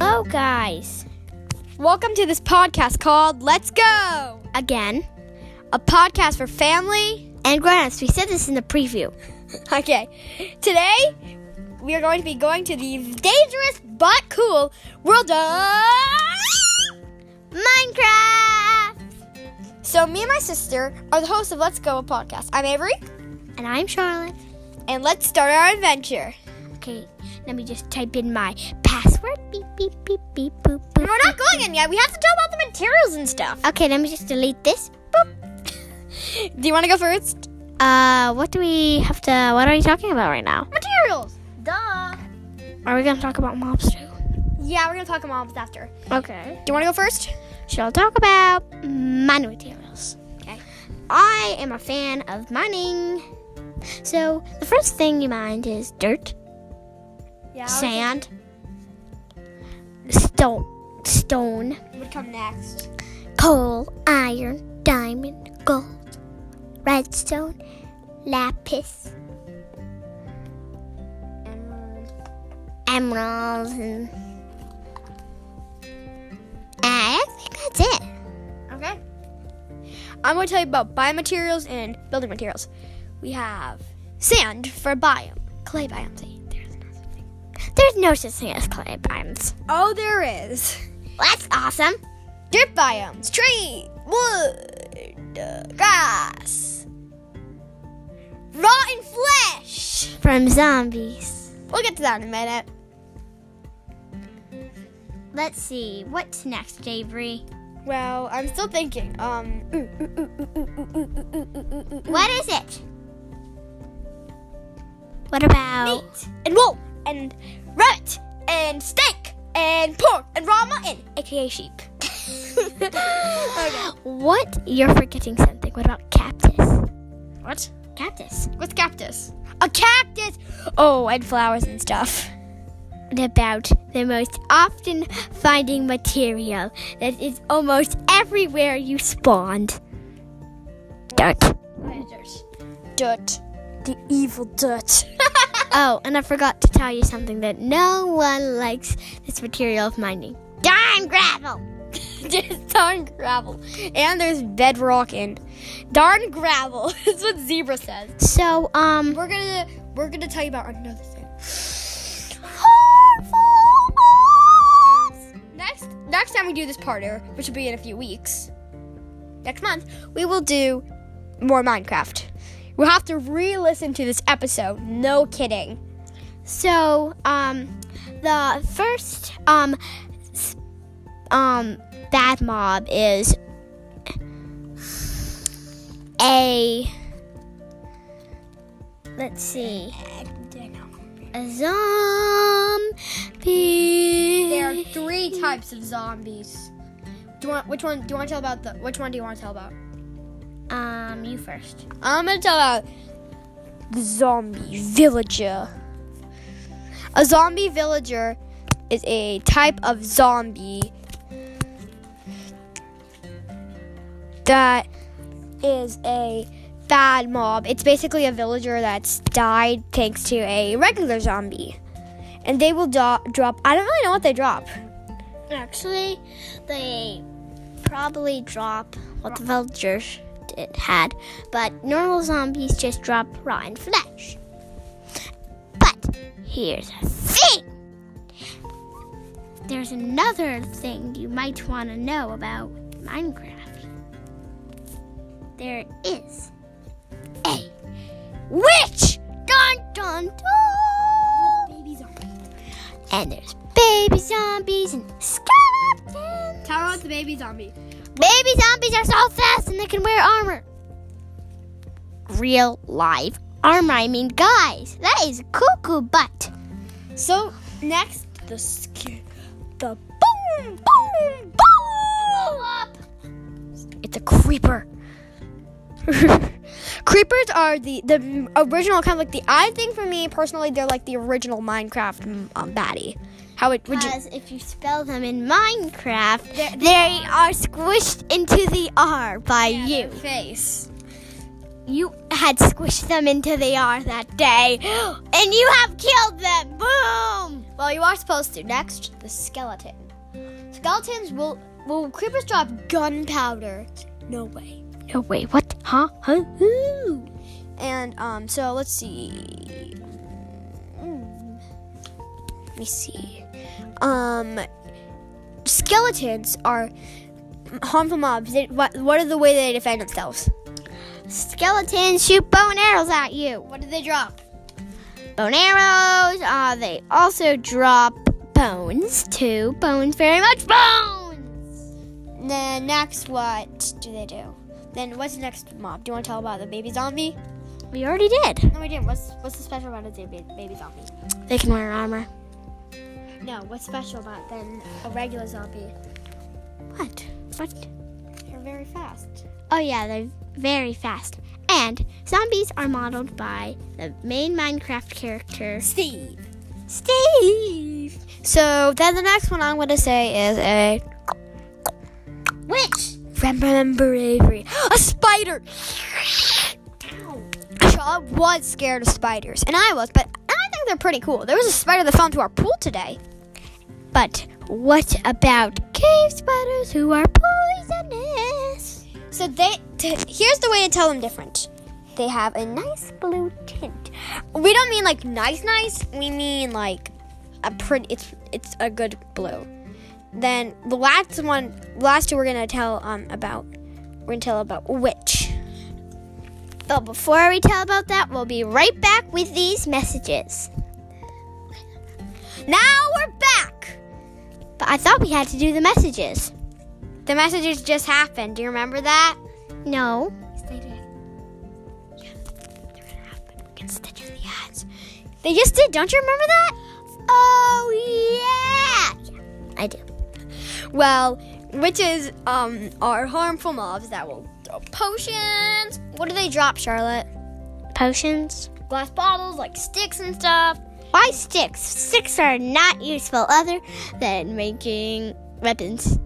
Oh, guys. Welcome to this podcast called Let's Go, Again. a podcast for family. And grown-ups, we said this in the preview. Okay, today we are going to be going to the dangerous but cool world of. Minecraft! So, me and my sister are the hosts of Let's Go, a podcast. I'm Avery, And I'm Charlotte. and let's start our adventure. Okay, let me just type in my password. Beep, beep, beep, beep, boop, boop. We're not going in yet. We have to talk about the materials and stuff. Okay, let me just delete this. Boop. Do you want to go first? Uh, what do we have to, what are we talking about right now? Materials. Duh. Are we gonna talk about mobs too? Yeah, we're gonna talk about mobs after. Okay. Do you want to go first? She'll talk about mining materials. Okay. I am a fan of mining. So, the first thing you mine is dirt, Yeah. sand, stone, stone, Would come next. coal, iron, diamond, gold, redstone, lapis, emeralds, and. I think that's it. Okay. I'm going to tell you about biomaterials and building materials. We have sand for biome, clay biome. See, there's not something. There's no such thing as clay biomes. Oh, there is. That's awesome. Dirt biomes, tree, wood, uh, grass, rotten flesh. From zombies. We'll get to that in a minute. Let's see, what's next, Avery? Well, I'm still thinking. Um, ooh, ooh, ooh, ooh, ooh, ooh, ooh, ooh, ooh, ooh, ooh, ooh. What is it? What about meat and wool and rabbit and steak and pork and raw mutton, aka sheep. okay. what? You're forgetting something. What about cactus? What? Cactus. What's cactus? A cactus. Oh, and flowers and stuff. What about the most often finding material that is almost everywhere you spawned? Dirt. Dirt. The evil dirt. Oh, and I forgot to tell you something that no one likes this material of mining. Darn gravel! Just darn gravel. And there's bedrock and darn gravel. That's what zebra says. So, um, We're gonna we're gonna tell you about another thing. Next next time we do this parter, which will be in a few weeks, next month, we will do more Minecraft. We'll have to re-listen to this episode. No kidding. So, um, the first, um, s- um, bad mob is a. Let's see, a zombie. There are three types of zombies. Do you want which one do you want to tell about the which one do you want to tell about? Um, you first. I'm gonna tell about the zombie villager. A zombie villager is a type of zombie that is a bad mob. It's basically a villager that's died thanks to a regular zombie. And they will do- drop, I don't really know what they drop. Actually, they probably drop what the villagers did, had, but normal zombies just drop rotten flesh. But here's a thing. There's another thing you might want to know about Minecraft. There is a witch. Dun dun dun. And there's baby zombies and skeletons. Tell about the baby zombie. Baby zombies are so fast and they can wear armor. Real live armor, I mean, guys. That is cuckoo butt. So next, the skin, the boom, boom, boom up. It's a creeper. Creepers are the the original kind of like the I think for me personally they're like the original Minecraft um, baddie. How it would you? Because if you spell them in Minecraft, They're- they are squished into the R by you. face. You had squished them into the R that day, and you have killed them. Boom! Well, you are supposed to. Next, the skeleton. Skeletons will will creepers drop gunpowder? No way. No, wait, what? Huh? Huh? Ooh. And um, so let's see. Mm. Let me see. Um, skeletons are harmful mobs. They, what what are the way they defend themselves? Skeletons shoot bow and arrows at you. What do they drop? Bone arrows. Uh, they also drop bones too. Bones, very much bones. Then next, what do they do? Then what's the next mob? Do you want to tell about the baby zombie? We already did. No, we didn't. What's what's the special about a baby, baby zombie? They can wear armor. No, what's special about than a regular zombie? What? What? They're very fast. Oh yeah, they're very fast. And zombies are modeled by the main Minecraft character Steve. Steve. So then the next one I'm gonna say is a Which? remember Avery, a spider. I was scared of spiders, and I was, but I think they're pretty cool. There was a spider that fell into our pool today. But what about cave spiders who are poisonous? So they t- here's the way to tell them different. They have a nice blue tint. We don't mean like nice nice. We mean like a pretty. It's it's a good blue. Then the last one, last two we're gonna tell um about. We're gonna tell about which. But before we tell about that, we'll be right back with these messages. Oh, Now we're back. But I thought we had to do the messages. The messages just happened. Do you remember that? No. They did. Stitches the ads. They just did. Don't you remember that? Oh yeah. I do. Well, which is um are harmful mobs that will throw potions. What do they drop, Charlotte? Potions. Glass bottles, like sticks and stuff. Why sticks? Sticks are not useful other than making weapons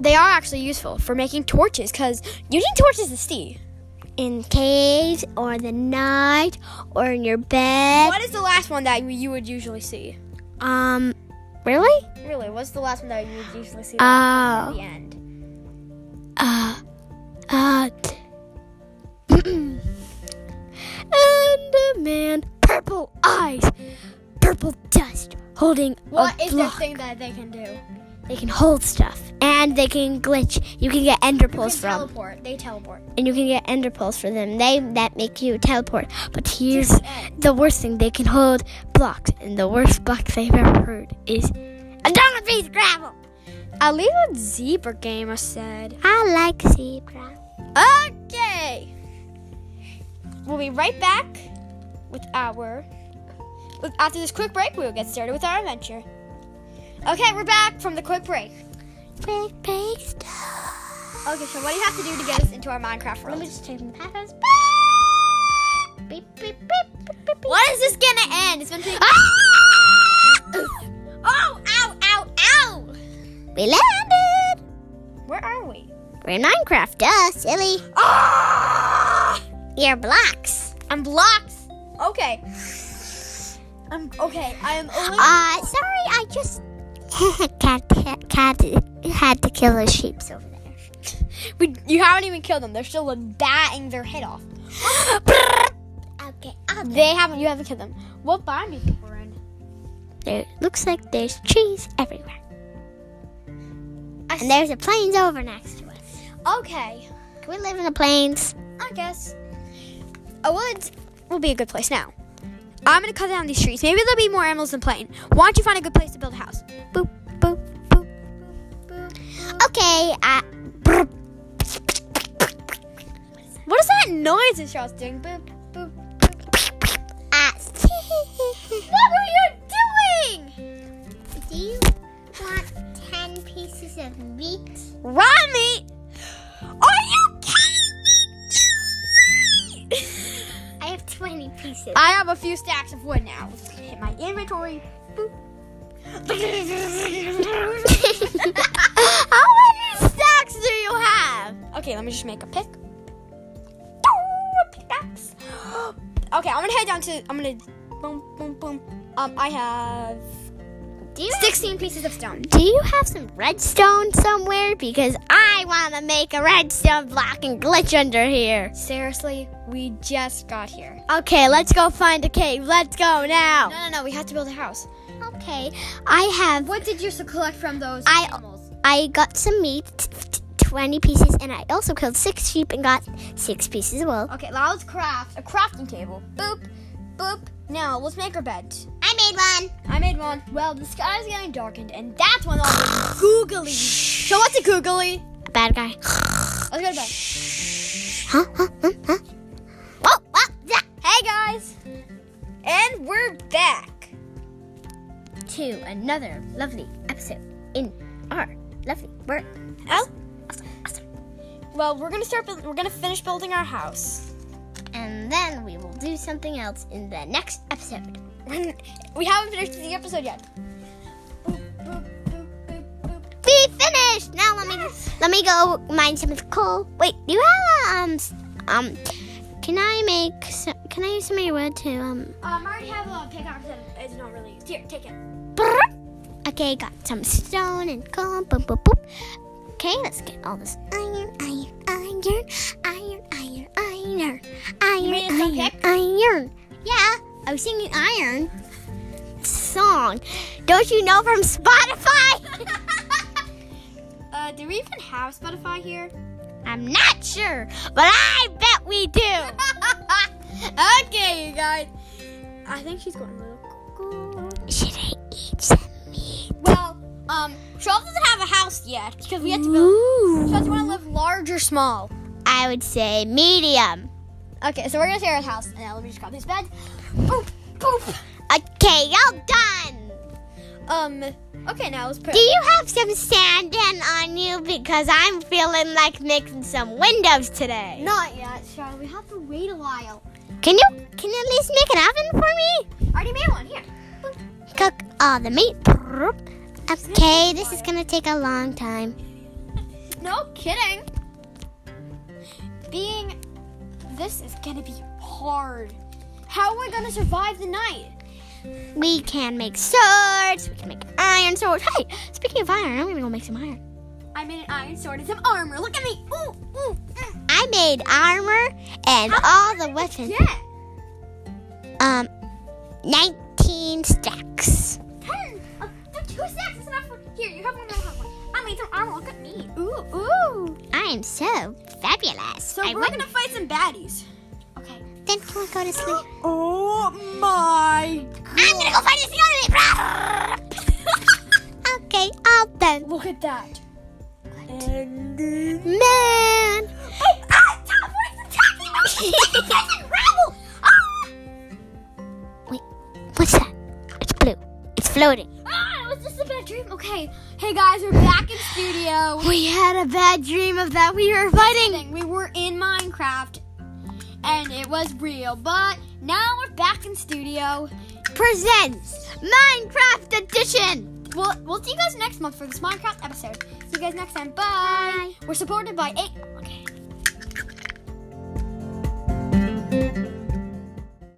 They are actually useful for making torches, cause using torches is steam. in caves or the night or in your bed. What is the last one that you would usually see? Um, really? Really, what's the last one that you would usually see? at Oh, the end. uh, uh. and a man, purple eyes, purple dust, holding What a is block. the thing that they can do? They can hold stuff, and they can glitch. You can get ender They pearls from, teleport. They teleport. and you can get ender pearls for them. They that make you teleport. But here's the worst thing: they can hold blocks, and the worst block they've ever heard is a dollar piece of gravel. I leave a zebra gamer said. I like zebra. Okay. We'll be right back with our. with- After this quick break, we will get started with our adventure. Okay, we're back from the quick break. Big, big Okay, so what do you have to do to get us into our Minecraft world? just take my headphones. Beep, beep, beep, beep, beep, beep. What is this gonna end? It's been taking. Ah! Oh! Ow! Ow! Ow! We landed. Where are we? We're in Minecraft, duh, silly. Ah! You're blocks. I'm blocked. Okay. I'm okay. I am. Only- Uh, sorry, I just cat, cat, had to kill those sheeps over there. we, you haven't even killed them. They're still batting their head off. Okay, I'll do They haven't. You haven't killed them. What biome do you think we're in? There looks like there's trees everywhere. I And there's a plains over next to us. Okay, Can we live in the plains? I guess a woods will be a good place. Now, I'm gonna cut down these trees. Maybe there'll be more animals than plain. Why don't you find a good place to build a house? Boop, boop, boop. Okay, uh, brr, What is that noise that Charles doing? Boop, boop. uh, What were you doing? Do you want 10 pieces of meat? Raw meat. Are you kidding me? I have 20 pieces. I have a few stacks of wood now. Hit my inventory. Boop. How many stacks do you have? Okay, let me just make a pick. Oh, a Pickaxe. Okay, I'm gonna head down to. I'm gonna. Boom, boom, boom. Um, I have Do you, 16 pieces of stone. do you have some redstone somewhere? Because I want to make a redstone block and glitch under here. Seriously, we just got here. Okay, let's go find a cave. Let's go now. No, no, no, we have to build a house. Okay, I have What did you so- collect from those I- animals? I got some meat, t- t- 20 pieces, and I also killed six sheep and got six pieces of wool. Okay, now let's craft a crafting table. Boop, boop. Now let's make our bed. I made one. I made one. Well, the sky's getting darkened, and that's when all the googly. So what's a googly? Bad guy. Let's go to bed. Huh? Huh? Huh? Huh? Whoa, whoa, yeah. Hey guys, and we're back. To another lovely episode in our lovely world. Oh. Well, we're gonna start. buil- We're gonna finish building our house. And then we will do something else in the next episode. we haven't finished the episode yet. Boop, boop, boop, boop, boop. We finished. Now let me let me go mine some coal. Wait, do you have a, um s- um? Can I make? Some, can I use some of your wood to um? Um, I already have a pickaxe that is not really used. Here, take it. brrr? Okay, got some stone and coal. Boop boop boop. Okay, let's get all this iron, iron, iron, iron, iron, iron, iron, made a iron, pick? iron. Yeah, I was singing iron song. Don't you know from Spotify? Uh, do we even have Spotify here? I'm not sure, but I bet we do. okay, you guys. I think she's going a little cuckoo. Should I eat some meat? Well, um, Charles doesn't have a house yet because we have to build. Charles, you Ooh. want to live large or small? I would say medium. Okay, so we're gonna share a house. And now let me just grab these beds. Boop, boop. Okay, all done. Um, okay, now let's put. Do you have some sand in on you? Because I'm feeling like making some windows today. Not yet, Charles. We have to wait a while. Can you can you at least make an oven for me? I already made one here. Cook all the meat. Okay, this is gonna take a long time. No kidding. Being this is gonna be hard. How are we gonna survive the night? We can make swords. We can make iron swords. Hey, speaking of iron, I'm gonna go make some iron. I made an iron sword and some armor. Look at me. Ooh, ooh. mm. I made armor and all the weapons. Yeah. Um, 19 stacks. Ten. Uh, there are two stacks. It's enough for here. You have one. I have one. I made some armor. Look at me. Ooh, ooh. I am so fabulous. So I we're wouldn't- gonna fight some baddies. Okay. Then can we go to sleep? Oh my. I'm gonna go find a snowy Okay, all done. Look at that. And Man. Oh, ah, Tom, what is attacking me? It's rabble. Ah. What's that? It's blue. It's floating. Ah, was this a bad dream? Okay. Hey guys, we're back in studio. We had a bad dream of that. We were fighting. We were in Minecraft and it was real, but now we're back in studio. Presents Minecraft Edition. We'll, we'll see you guys next month for this Minecraft episode. See you guys next time. Bye. We're supported by eight. Okay.